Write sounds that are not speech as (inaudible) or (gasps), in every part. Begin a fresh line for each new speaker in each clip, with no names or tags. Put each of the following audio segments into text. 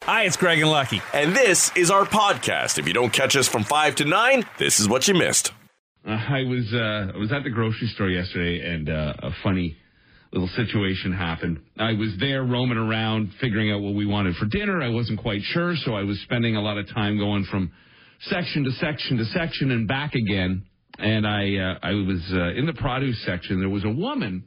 Hi, it's Greg and Lucky.
And this is our podcast. If you don't catch us from 5 to 9, this is what you missed.
Uh, (laughs) I was uh, I was at the grocery store yesterday, and uh, a funny little situation happened. I was there roaming around, figuring out what we wanted for dinner. I wasn't quite sure, so I was spending a lot of time going from section to section to section and back again. And I uh, I was uh, in the produce section. There was a woman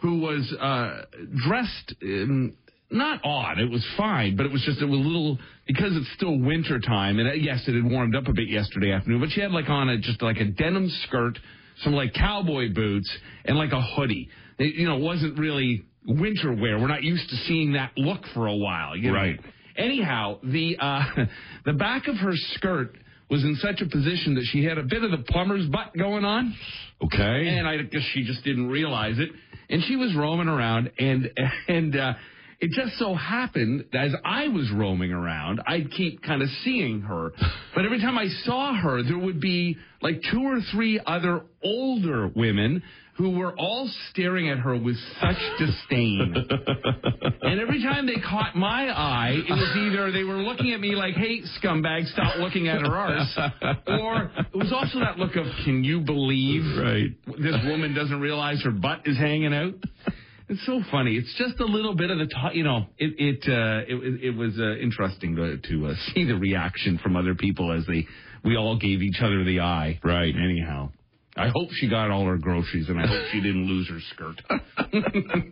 who was uh, dressed um, not odd. It was fine, but it was just it was a little because it's still winter time, and uh, yes, it had warmed up a bit yesterday afternoon. But she had like on a just like a denim skirt, some like cowboy boots, and like a hoodie. It, you know, it wasn't really winter wear. We're not used to seeing that look for a while. You know?
Right.
Anyhow, the uh, (laughs) the back of her skirt was in such a position that she had a bit of the plumber's butt going on.
Okay.
And I guess she just didn't realize it. And she was roaming around, and and uh, it just so happened that as I was roaming around, I'd keep kind of seeing her. But every time I saw her, there would be like two or three other older women who were all staring at her with such disdain. and every time they caught my eye, it was either they were looking at me like, "Hey, scumbag, stop looking at her arse," or it was also that look of, "Can you believe?"
Right.
this woman doesn't realize her butt is hanging out. It's so funny. It's just a little bit of the, t- you know, it it uh, it, it was uh, interesting to, to uh, see the reaction from other people as they we all gave each other the eye.
Right.
Anyhow, I hope she got all her groceries and I hope she didn't lose her skirt.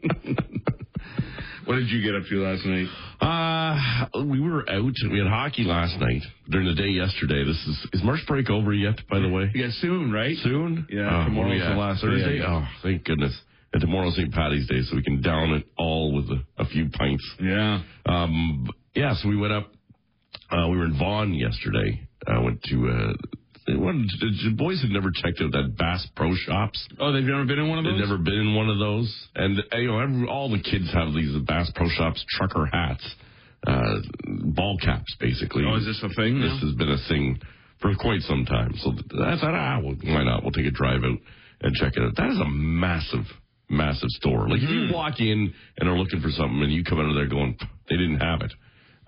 what did you get up to last night?
Uh, we were out. We had hockey last night during the day yesterday. This is is March break over yet? By the way,
Yeah, soon, right?
soon.
Yeah,
Uh, what are
tomorrow's
we
the
at?
last day,
Thursday.
yeah.
Oh, thank goodness! And tomorrow's St. Patty's Day, so we can down it all with a, a few pints.
Yeah.
Um, yeah, so we went up. Uh, we were in Vaughan yesterday. I went to. Uh, they wanted, the boys had never checked out that Bass Pro Shops.
Oh, they've never been in one of those.
They've never been in one of those, and uh, you know, every, all the kids have these Bass Pro Shops trucker hats, uh, ball caps, basically.
Oh, is this a thing? now?
This has been a thing for quite some time. So th- I thought, ah, well, why not? We'll take a drive out and check it out. That is a massive, massive store. Like, if you walk in and are looking for something and you come out of there going, "Pff, they didn't have it,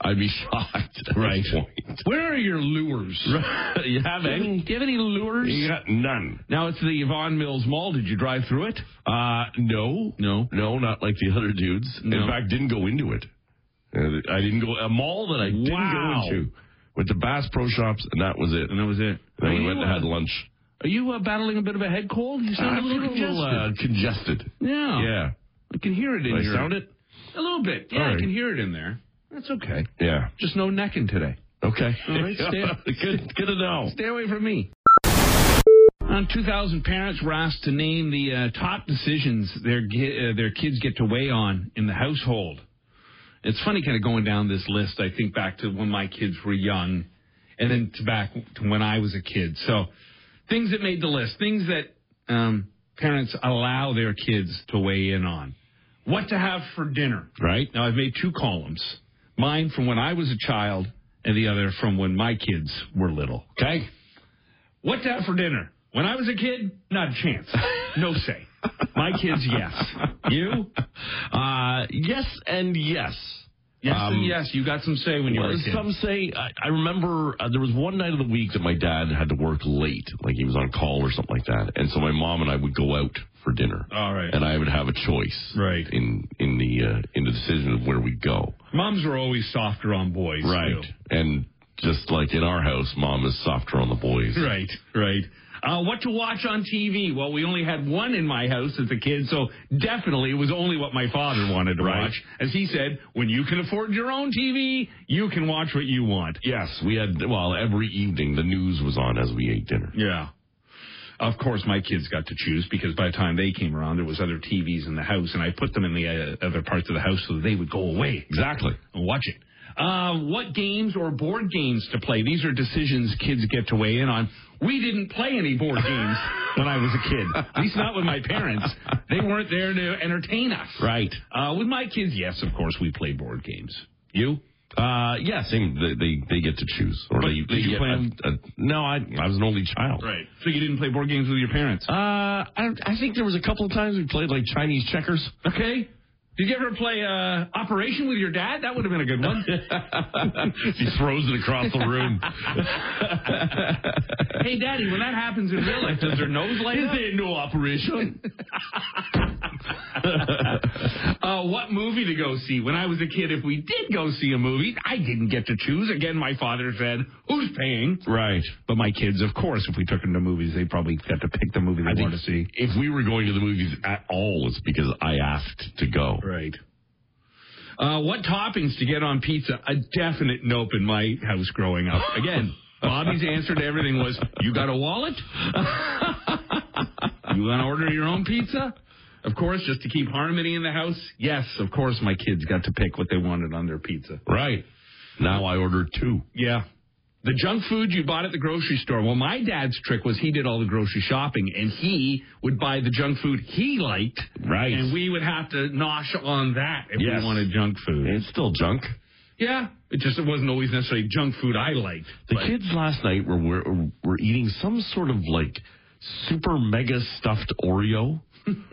I'd be (laughs) shocked at
Right.
this point.
Where are your lures?
(laughs) you have
Do you have
any?
any- do you have any lures?
You got none.
Now it's the Yvonne Mills Mall. Did you drive through it?
Uh, no.
No.
No, not like the other dudes.
No.
In fact, didn't go into it. Uh, I didn't go, a mall that I didn't
Wow.
go into. Went to Bass Pro Shops, and that was it.
And that was it.
Then we went and
uh,
had lunch.
are you uh, battling a bit of a head cold? You sound a
I'm
little congested.
uh, congested.
yeah.
Yeah.
I can hear it in
Do I
your
sound it?
A little bit. Yeah,
All
I
right.
can hear it in there. That's okay.
Yeah.
Just no necking today.
Okay.
All (laughs)
(laughs)
right, stay-
good, good to know.
Stay away from me. Around 2,000 parents were asked to name the uh, top decisions their gi- uh, their kids get to weigh on in the household. It's funny, kind of going down this list. I think back to when my kids were young, and then to back to when I was a kid. So, things that made the list, things that um, parents allow their kids to weigh in on. What to have for dinner?
Right?
Now I've made two columns, mine from when I was a child, and the other from when my kids were little.
Okay.
What to have for dinner? When I was a kid, not a chance. No say. My kids, yes. You?
Uh, yes and yes.
Yes and
Um,
yes. You got some say when you were a kid.
Some say, I, I remember uh, there was one night of the week that my dad had to work late, like he was on call or something like that. And so my mom and I would go out for dinner.
All right.
And I would have a choice.
Right.
In, in, the, uh, in the decision of where we go.
Moms were always softer on boys.
Right. And just like in our house, mom is softer on the boys.
too. Right. Right. Uh, what to watch on TV? Well, we only had one in my house as a kid, so definitely it was only what my father wanted to
Right.
watch. As he said, when you can afford your own TV, you can watch what you want.
Yes, we had. Well, every evening the news was on as we ate dinner.
Yeah. Of course, my kids got to choose because by the time they came around, there was other TVs in the house, and I put them in the uh, other parts of the house so that they would go away
Exactly.
and watch it. Uh, what games or board games to play? These are decisions kids get to weigh in on. We didn't play any
(laughs)
board games when I was a kid, at least not with my parents. They weren't there to entertain us.
Right.
Uh, with my kids, yes, of course, we play board games. You?
Uh, yeah, same. They, they they get to choose, or
But
they,
did
they
you
get
play
a-
them?
a- no, I I was an only child.
So you didn't play board games with your parents?
Uh, I I think there was a couple of times we played like Chinese checkers.
Okay. Did you ever play uh, Operation with your dad? That would have been a good one.
He throws it across the
(laughs)
room.
hey, Daddy, when that happens in real life, does their nose light up?
there no operation?
(laughs) Uh, what movie to go see? When I was a kid, if we did go see a movie, I didn't get to choose. Again, my father said, "Who's paying?"
Right.
But my kids, of course, if we took them to movies, they probably got to pick the movie they
think-
want to see.
If we were going to the movies at all, it's because I asked to go.
Right. Uh, what toppings to get on pizza? A definite nope in my house growing
(gasps)
up. Again, Bobby's answer to everything was, "You got a wallet? (laughs) you want to order your own pizza?" Of course, just to keep harmony in the house. Yes, of course, my kids got to pick what they wanted on their pizza.
Right. Now I order two.
Yeah. The junk food you bought at the grocery store. Well, my dad's trick was he did all the grocery shopping and he would buy the junk food he liked.
Right.
And we would have to nosh on that if
Yes.
we wanted junk food.
It's still junk.
Yeah. It just it wasn't always necessarily junk food I liked.
The
but-
kids last night were, were were eating some sort of like super mega stuffed
(laughs)
Oreo,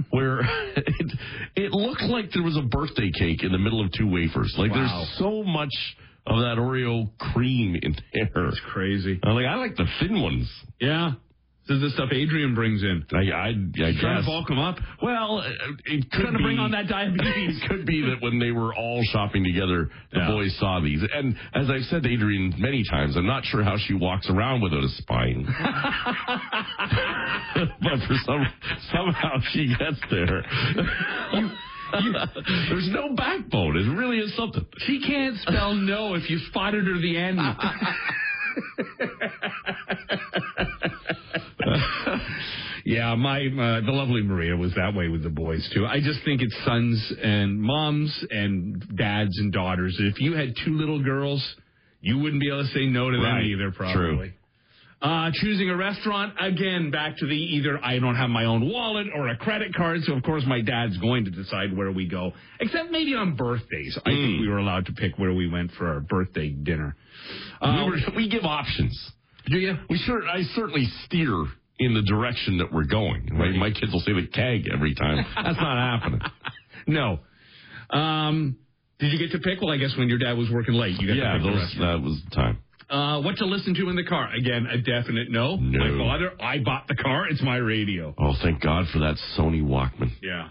where it it looked like there was a birthday cake in the middle of two wafers. Like
Wow.
there's so much of that Oreo cream in there.
It's crazy.
I'm like I like the thin ones.
Yeah. This is the stuff Adrian brings in.
I I, I
Trying to
guess.
bulk him up.
Well, uh, it could
Trying to
be,
bring on that diabetes.
(laughs) It could be that when they were all shopping together, the
Yeah.
boys saw these. And as I've said to Adrian many times, I'm not sure how she walks around without a spine.
(laughs)
(laughs) but for some somehow she gets there. There's no backbone. It really is something.
She can't spell no if you spotted her the N. yeah, my uh, the lovely Maria was that way with the boys too. I just think it's sons and moms and dads and daughters. If you had two little girls, you wouldn't be able to say no to
Right.
them either, probably. Uh, choosing a restaurant again, back to the either I don't have my own wallet or a credit card, so of course my dad's going to decide where we go. Except maybe on birthdays, I
Hmm.
think we were allowed to pick where we went for our birthday dinner.
We,
Uh,
were, we give options.
do you?
We sure I certainly steer in the direction that we're going. Right? My kids will say the keg
(laughs)
every time. That's not happening.
No. Um, did you get to pick? Well, I guess when your dad was working late, you got
Yeah,
to pick the
those,
restaurant.
that was the time.
Uh, what to listen to in the car? Again, a definite no.
No.
My father, I bought the car. It's my radio.
Oh, thank God for that Sony Walkman.
Yeah.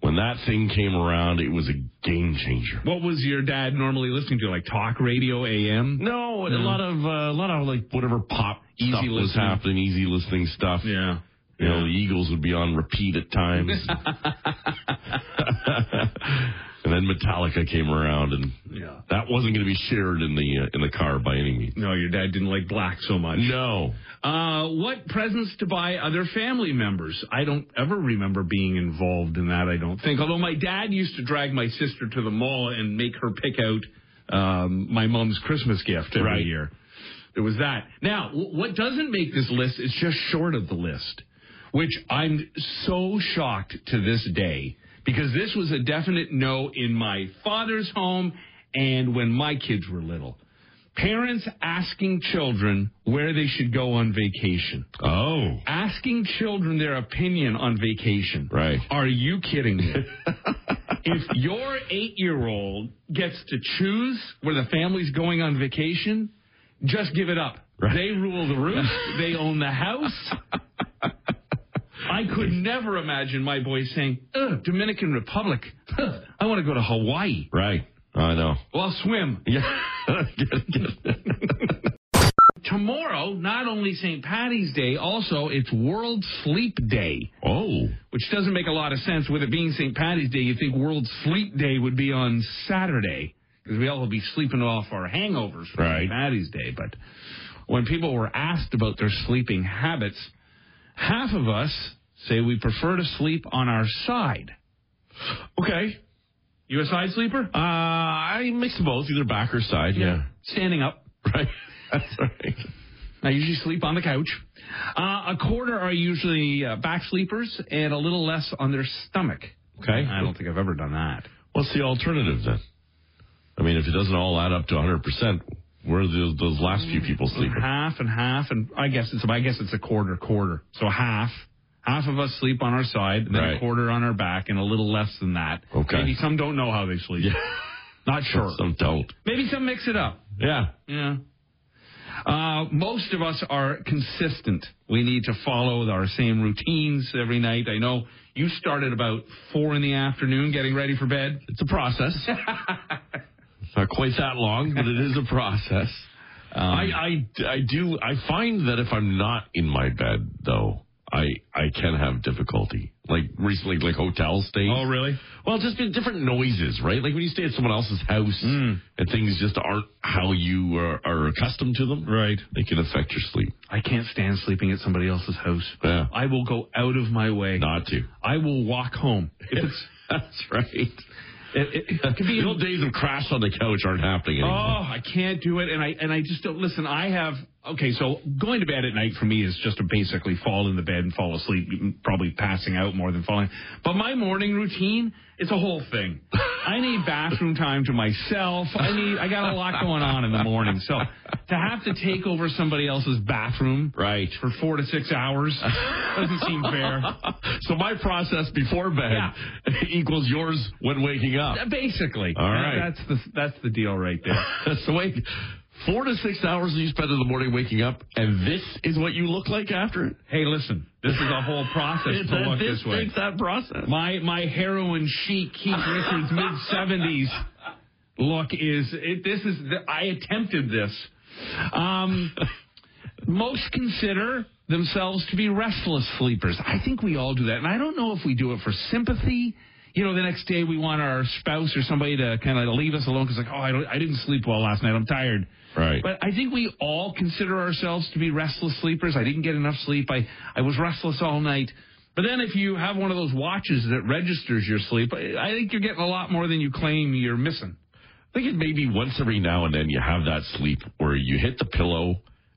When that thing came around, it was a game changer.
What was your dad normally listening to? Like talk radio AM?
No, a lot of uh, a lot of like whatever pop easy stuff was
listening.
happening, easy listening stuff.
Yeah.
You know, the Eagles would be on repeat at times. (laughs) and then Metallica came around, and
Yeah.
that wasn't going to be shared in the uh, in the car by any means.
No, your dad didn't like black so much.
No,
Uh, what presents to buy other family members? I don't ever remember being involved in that, I don't think. Although my dad used to drag my sister to the mall and make her pick out um, my mom's Christmas gift every
Right.
year. There was that. Now, w- what doesn't make this list is just short of the list, which I'm so shocked to this day because this was a definite no in my father's home and when my kids were little. Parents asking children where they should go on vacation.
oh,
Asking children their opinion on vacation.
Right.
Are you kidding
(laughs)
me? if your eight year old gets to choose where the family's going on vacation, just give it up.
Right.
They rule the
(laughs)
roost, they own the house. I could never imagine my boy saying, Ugh, Dominican Republic. Huh, I want to go to Hawaii.
right, I know. (laughs)
Well, I'll swim.
Yeah,
Tomorrow, not only St. Patty's Day, also it's World Sleep Day,
oh,
which doesn't make a lot of sense. With it being St. Patty's Day, you think World Sleep Day would be on Saturday because we all will be sleeping off our hangovers from
Right.
St. Patty's Day. But when people were asked about their sleeping habits, half of us say we prefer to sleep on our side.
okay.
You a side sleeper?
Uh, I mix them both, either back or side. Yeah.
Standing up.
(laughs) Right. That's right.
I usually sleep on the couch. Uh, a quarter are usually uh, back sleepers and a little less on their stomach.
Okay.
I don't think I've ever done that.
What's the alternative then? I mean, if it doesn't all add up to 100%, where are those, those last few people sleeping?
Half and half, and I guess it's I guess it's a quarter quarter. So half, Half of us sleep on our side, then
Right.
a quarter on our back, and a little less than that.
Okay.
Maybe some don't know how they sleep. Not sure.
Some don't.
Maybe some mix it up.
Yeah.
Yeah. Uh, most of us are consistent. We need to follow our same routines every night. I know you started about four in the afternoon getting ready for bed.
It's a process. it's not quite that long, but it is a
(laughs)
process.
Um,
I, I, I do. I find that if I'm not in my bed, though, I I can have difficulty. Like recently, like hotel stays.
Oh, really?
Well, just been different noises, right? Like when you stay at someone else's house
Mm.
and things just aren't how you are, are accustomed to them.
Right.
They can affect your sleep.
I can't stand sleeping at somebody else's house.
Yeah.
I will go out of my way.
Not to.
I will walk home. If it's,
(laughs) That's right.
it, it, it could
(laughs) The
be
old days of crash on the couch aren't happening
Oh,
anymore.
I can't do it, and I and I just don't listen. I have okay, so going to bed at night for me is just to basically fall in the bed and fall asleep, probably passing out more than falling. But my morning routine, it's a whole thing. I need bathroom time to myself. I need I got a lot going on in the morning, so to have to take over somebody else's bathroom
Right.
for four to six hours doesn't seem
(laughs)
fair.
So my process before bed
Yeah.
(laughs) equals yours when waking up.
Basically,
All right.
that's the that's the deal right there.
(laughs) so wait, four to six hours you spend in the morning waking up, and this is what you look like after it.
Hey, listen, this is a whole process
It's
to
that-
look
this
this way.
takes that process.
My my heroin chic Keith Richards mid seventies look is it, this is the, I attempted this. Um, most consider themselves to be restless sleepers. I think we all do that, and I don't know if we do it for sympathy. You know, the next day we want our spouse or somebody to kind of leave us alone because like, oh, I don't, I didn't sleep well last night. I'm tired.
Right.
But I think we all consider ourselves to be restless sleepers. I didn't get enough sleep. I, I was restless all night. But then if you have one of those watches that registers your sleep, I I think you're getting a lot more than you claim you're missing.
I think it maybe once every now and then you have that sleep where you hit the pillow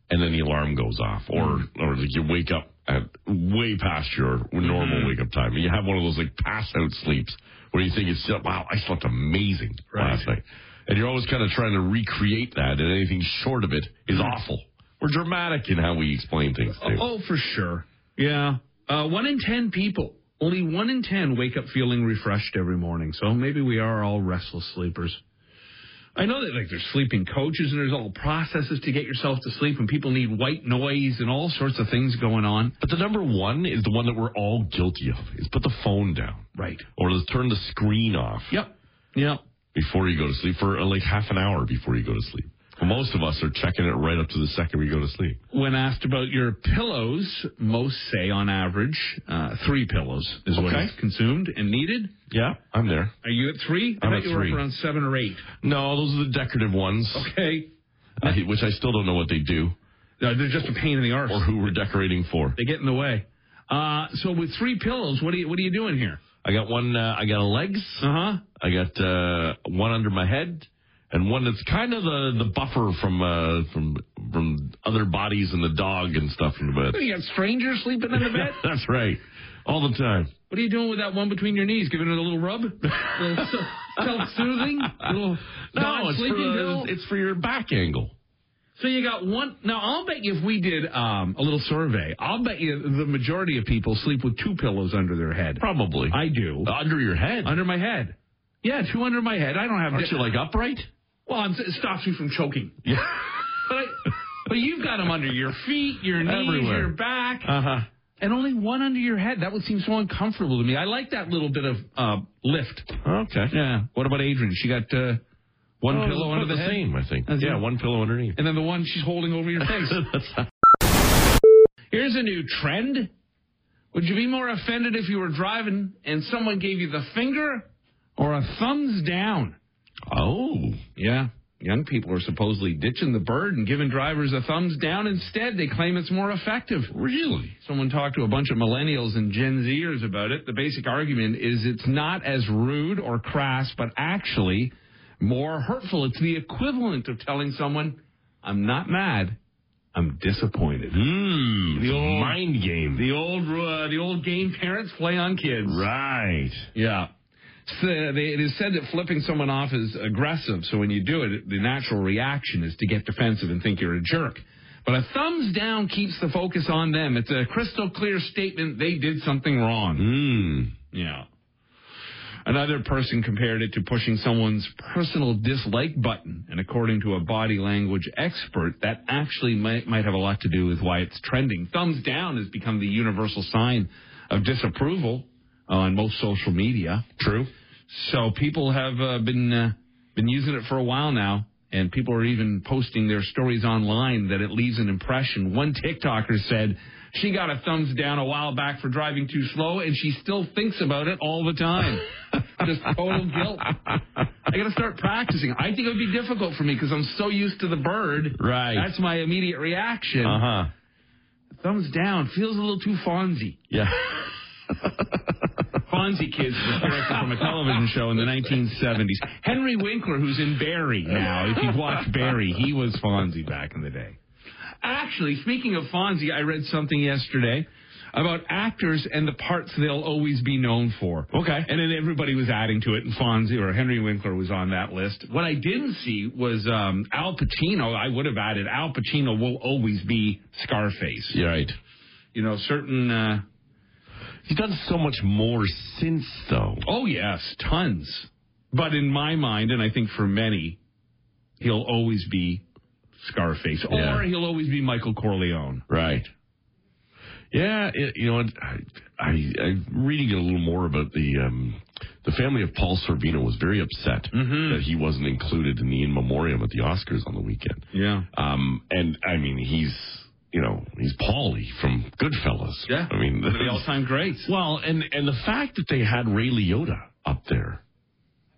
and then the alarm goes off, or or like you wake up at way past your normal wake up time, and you have one of those like pass out sleeps where you think it's wow I slept amazing
Right.
last night, and you're always kind of trying to recreate that, and anything short of it is awful. We're dramatic in how we explain things too.
Oh, for sure. Yeah. Uh, one in ten people, only one in ten wake up feeling refreshed every morning. So maybe we are all restless sleepers. I know that like there's sleeping coaches and there's all processes to get yourself to sleep and people need white noise and all sorts of things going on.
But the number one is the one that we're all guilty of: is put the phone down,
Right.
or just turn the screen off.
Yep. Yep.
before you go to sleep for uh, like half an hour before you go to sleep. Most of us are checking it right up to the second we go to sleep.
When asked about your pillows, most say on average uh, three pillows is what
Okay.
is consumed and needed.
Yeah, I'm there.
Are you at three? I
I'm
thought
at
you were
three.
up around seven or eight.
No, those are the decorative ones,
Okay.
I- which I still don't know what they do
No, Uh, they're just a pain in the arse.
or who we're decorating for.
They get in the way. Uh, so with three pillows, what are you what are you doing here?
I got one. Uh, I got a legs.
Uh huh.
I got uh, one under my head, and one that's kind of the the buffer from uh, from from other bodies and the dog and stuff in the bed.
You got strangers sleeping in the bed.
(laughs) That's right, all the time.
(laughs) What are you doing with that one between your knees? Giving it a little rub, a (laughs) little self soothing, a little
No, it's for,
non-sleeping
the,
pill?
it's for your back angle.
So you got one. Now I'll bet you if we did um, a little survey, I'll bet you the majority of people sleep with two pillows under their head.
Probably
I do
under your head.
under my head. Yeah, two under my head. I don't have.
Aren't you like upright?
well, I'm, it stops me from choking.
Yeah.
(laughs) But I, but you've got them under your feet, your knees,
Everywhere.
your back,
Uh huh.
Uh-huh. and only one under your head. That would seem so uncomfortable to me. I like that little bit of uh, lift.
Okay. Oh,
Yeah. What about Adrian? She got uh, one
One
pillow under the, head,
same, I think.
That's
yeah,
it.
one pillow underneath.
and then the one she's holding over your (laughs) face. Here's a new trend. Would you be more offended if you were driving and someone gave you the finger or a thumbs down?
oh.
Yeah. Young people are supposedly ditching the bird and giving drivers a thumbs down instead. They claim it's more effective.
Really?
Someone talked to a bunch of millennials and Gen Zers about it. The basic argument is it's not as rude or crass, but actually more hurtful. It's the equivalent of telling someone, I'm not mad, I'm disappointed.
Mmm.
Hmm, The old-
mind game.
The old uh, the old game parents play on kids.
right.
Yeah. So they, it is said that flipping someone off is aggressive. So when you do it, the natural reaction is to get defensive and think you're a jerk. But a thumbs down keeps the focus on them. It's a crystal clear statement they did something wrong.
Mm.
Yeah. Another person compared it to pushing someone's personal dislike button, and according to a body language expert, that actually might, might have a lot to do with why it's trending. Thumbs down has become the universal sign of disapproval on most social media.
True.
So people have uh, been uh, been using it for a while now, and people are even posting their stories online that it leaves an impression. One TikToker said she got a thumbs down a while back for driving too slow, and she still thinks about it all the time. Just total guilt. I got to start practicing. I think it would be difficult for me because I'm so used to the bird.
Right.
That's my immediate reaction.
Uh huh.
Thumbs down feels a little too Fonzie.
Yeah.
(laughs) Fonzie Kids was directed from a television show in the 1970s. Henry Winkler, who's in Barry now, if you've watched Barry, he was Fonzie back in the day. Actually, speaking of Fonzie, I read something yesterday about actors and the parts they'll always be known for.
Okay.
And then everybody was adding to it, and Fonzie or Henry Winkler was on that list. What I didn't see was um, Al Pacino. I would have added Al Pacino will always be Scarface.
You're right.
You know, certain. Uh,
He's done so much more since, though.
Oh, yes, tons. But in my mind, and I think for many, he'll always be Scarface,
Yeah.
or he'll always be Michael Corleone.
Right. Yeah, it, you know, I, I, I'm reading a little more about the um, the family of Paul Sorvino was very upset
Mm-hmm.
that he wasn't included in the in memoriam at the Oscars on the weekend.
Yeah.
Um, and I mean, he's you know he's Paulie from Goodfellas.
Yeah.
I mean, (laughs)
One of the all-time greats.
well, and and the fact that they had Ray Liotta up there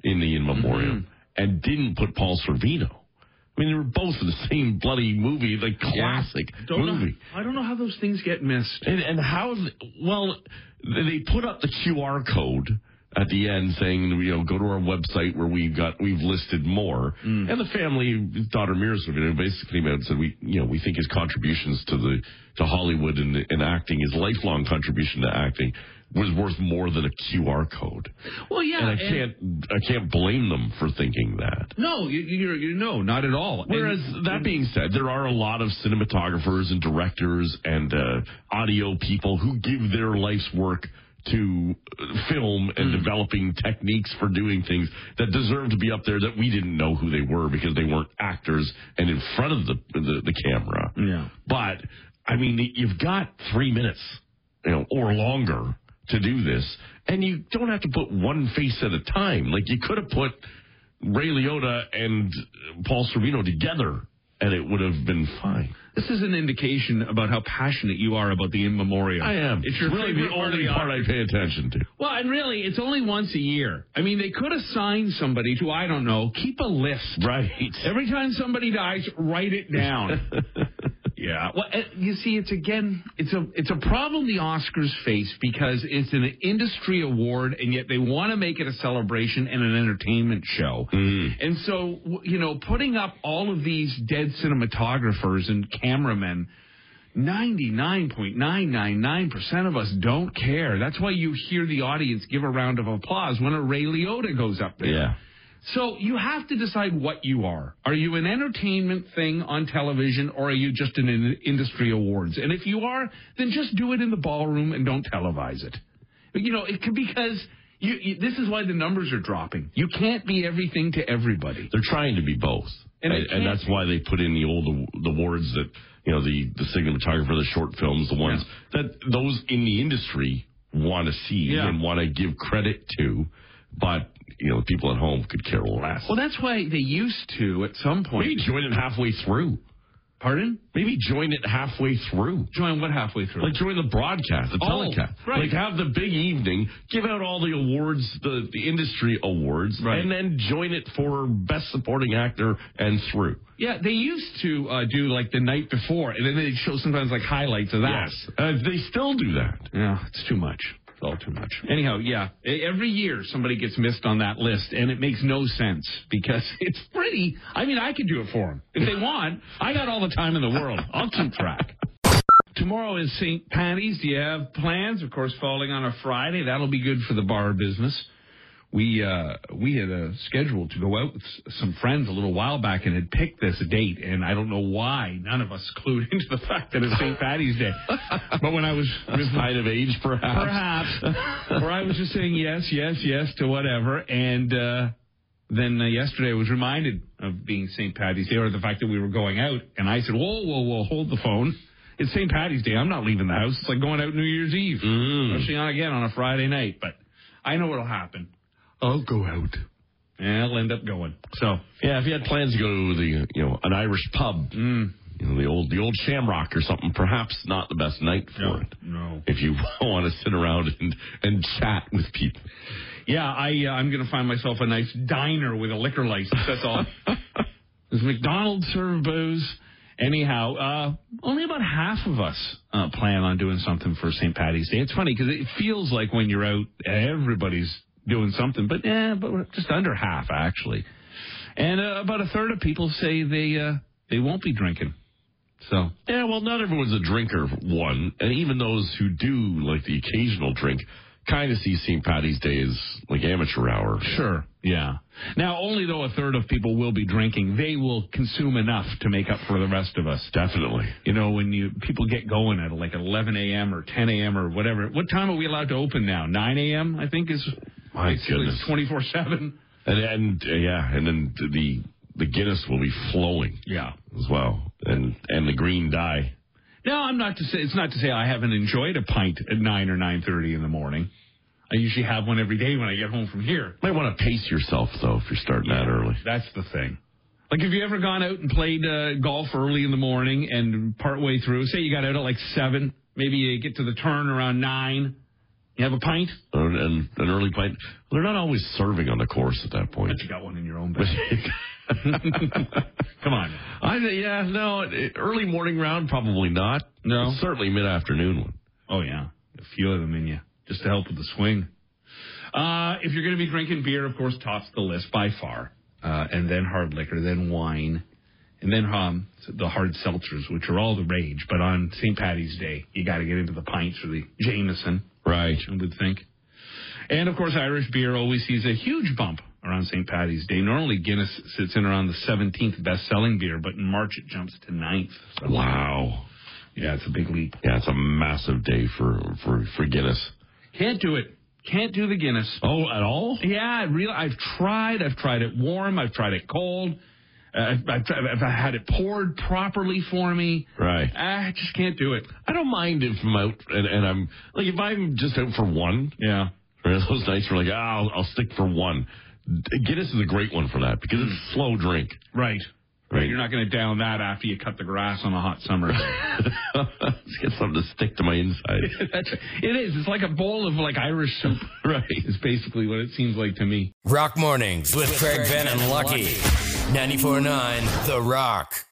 in the in memoriam
Mm-hmm.
and didn't put Paul Sorvino. I mean, they were both in the same bloody movie, like classic
Don't know-
movie.
I don't know how those things get missed.
And, and how? Well, they put up the QR code at the end saying, you know, go to our website where we've got we've listed more.
Mm.
And the family, his daughter Mira Sorvino, basically came out and said, we, you know, we think his contributions to the to Hollywood and, and acting, his lifelong contribution to acting, was worth more than a QR code.
Well, yeah.
And I
and-
can't I can't blame them for thinking that.
no, you, you, you no, not at all. And-
Whereas that being said, there are a lot of cinematographers and directors and uh, audio people who give their life's work to uh, film
Hmm.
and developing techniques for doing things that deserve to be up there that we didn't know who they were because they weren't actors and in front of the the, the camera.
Yeah.
But I mean, you've got three minutes, you know, or longer to do this, and you don't have to put one face at a time. Like you could have put Ray Liotta and Paul Sorvino together, and it would have been fine.
this is an indication about how passionate you are about the in memoriam.
I am.
It's your
really
favorite
the
part of
only
the
part I pay attention to.
Well, and really, it's only once a year. I mean, they could assign somebody to, I don't know, keep a list.
Right.
Every time somebody dies, write it down. yeah. Well, uh, you see, it's again, it's a it's a problem the Oscars face because it's an industry award, and yet they want to make it a celebration and an entertainment show. And so, w- you know, putting up all of these dead cinematographers and cameramen. 99.999% of us don't care. That's why you hear the audience give a round of applause when a Ray Liotta goes up there.
Yeah.
So you have to decide what you are. Are you an entertainment thing on television or are you just an in- industry awards? And if you are, then just do it in the ballroom and don't televise it. You know, it could because you, you this is why the numbers are dropping. You can't be everything to everybody.
They're trying to be both,
And
and,
they
and,
can't
that's why they put in the old the awards that you know the the cinematographer, the short films, the ones that those in the industry want to see
Yeah.
and want to give credit to, but you know people at home could care less.
Well, that's why they used to at some point.
maybe join it halfway through.
Pardon?
Maybe join it halfway through.
Join what halfway through?
Like join the broadcast, the
Oh,
telecast.
right.
Like have the big evening, give out all the awards, the, the industry awards,
Right.
and then join it for best supporting actor and through.
yeah, they used to uh, do like the night before, and then they would show sometimes like highlights of that.
Yes, uh, they still do that.
Yeah, it's too much. It's all too much. Anyhow, yeah, e- every year somebody gets missed on that list, and it makes no sense because (laughs) it's pretty. I mean, I could do it for them if they want. I got all the time in the world. I'll keep track. Tomorrow is St. Patty's. Do you have plans? Of course, falling on a Friday, that'll be good for the bar business. we uh, we had a schedule to go out with s- some friends a little while back and had picked this date, and I don't know why none of us (laughs) clued into the fact that it's St. Patty's Day. But when I was
Sign of age, perhaps.
perhaps, or I was just saying yes, yes, yes to whatever, and uh, then uh, yesterday I was reminded of being St. Patty's Day or the fact that we were going out, and I said, whoa, whoa, whoa, hold the phone. It's St. Patty's Day. I'm not leaving the house. It's like going out New Year's Eve, especially on again on a Friday night. But I know what'll happen.
I'll go out.
Yeah, I'll end up going. So
Yeah, if you had plans to go to the you know an Irish pub,
Mm.
you know the old the old Shamrock or something, perhaps not the best night for it.
no.
If you (laughs) want to sit around and and chat with people,
Yeah, I uh, I'm gonna find myself a nice diner with a liquor license. That's all. Does McDonald's serve booze? Anyhow, uh, only about half of us uh, plan on doing something for St. Patty's Day. It's funny because it feels like when you're out, everybody's doing something, but eh, but we're just under half actually. And uh, about a third of people say they uh, they won't be drinking. So
yeah, well, not everyone's a drinker. One, and even those who do like the occasional drink, kind of see St. Patty's Day as like amateur hour.
Sure. Yeah. Now, only though a third of people will be drinking, they will consume enough to make up for the rest of us.
Definitely.
You know, when you people get going at like 11 a.m. or 10 a.m. or whatever. What time are we allowed to open now? 9 a.m. I think is
My goodness.
24 seven.
And and uh, yeah, and then the the Guinness will be flowing
Yeah.
as well, and and the green dye.
No, I'm not to say it's not to say I haven't enjoyed a pint at 9 or 9:30 in the morning. I usually have one every day when I get home from here.
Might want to pace yourself though if you're starting out early.
That's the thing. Like, have you ever gone out and played uh, golf early in the morning and partway through? Say you got out at like seven, maybe you get to the turn around nine. You have a pint.
an, an, an early pint. They're not always serving on the course at that point.
But you got one in your (laughs) own bag. Come on.
I thi- yeah no it- early morning round probably not.
No.
certainly mid afternoon one.
Oh yeah, a few of them in you just to help with the swing. Uh, if you're going to be drinking beer, of course, tops the list by far, uh, and then hard liquor, then wine, and then um, the hard seltzers, which are all the rage. But on St. Patty's Day, you got to get into the pints or the Jameson.
Right.
I would think. And of course, Irish beer always sees a huge bump around St. Patty's Day. Normally, Guinness sits in around the 17th best-selling beer, but in March it jumps to 9th. So,
Wow.
yeah, it's a big leap.
Yeah, it's a massive day for for for Guinness.
Can't do it. Can't do the Guinness.
Oh, at all?
Yeah, I real. I've tried. I've tried it warm. I've tried it cold. Uh, I've, I've, tried- I've had it poured properly for me. Ah,
Right.
I just can't do it.
I don't mind if I'm out and, and I'm like if I'm just out for one.
Yeah.
Or (laughs) those nights where like ah, I'll, I'll stick for one. Guinness is a great one for that because it's a slow drink.
Right.
Right.
You're not going to down that after you cut the grass on a hot
(laughs)
summer (laughs) day.
Just get something to stick to
(laughs)
my inside.
That's, it is. It's like a bowl of like Irish soup.
right.
It's basically what it seems like to me.
Rock Mornings with Craig Venn and Lucky. 94.9 The Rock.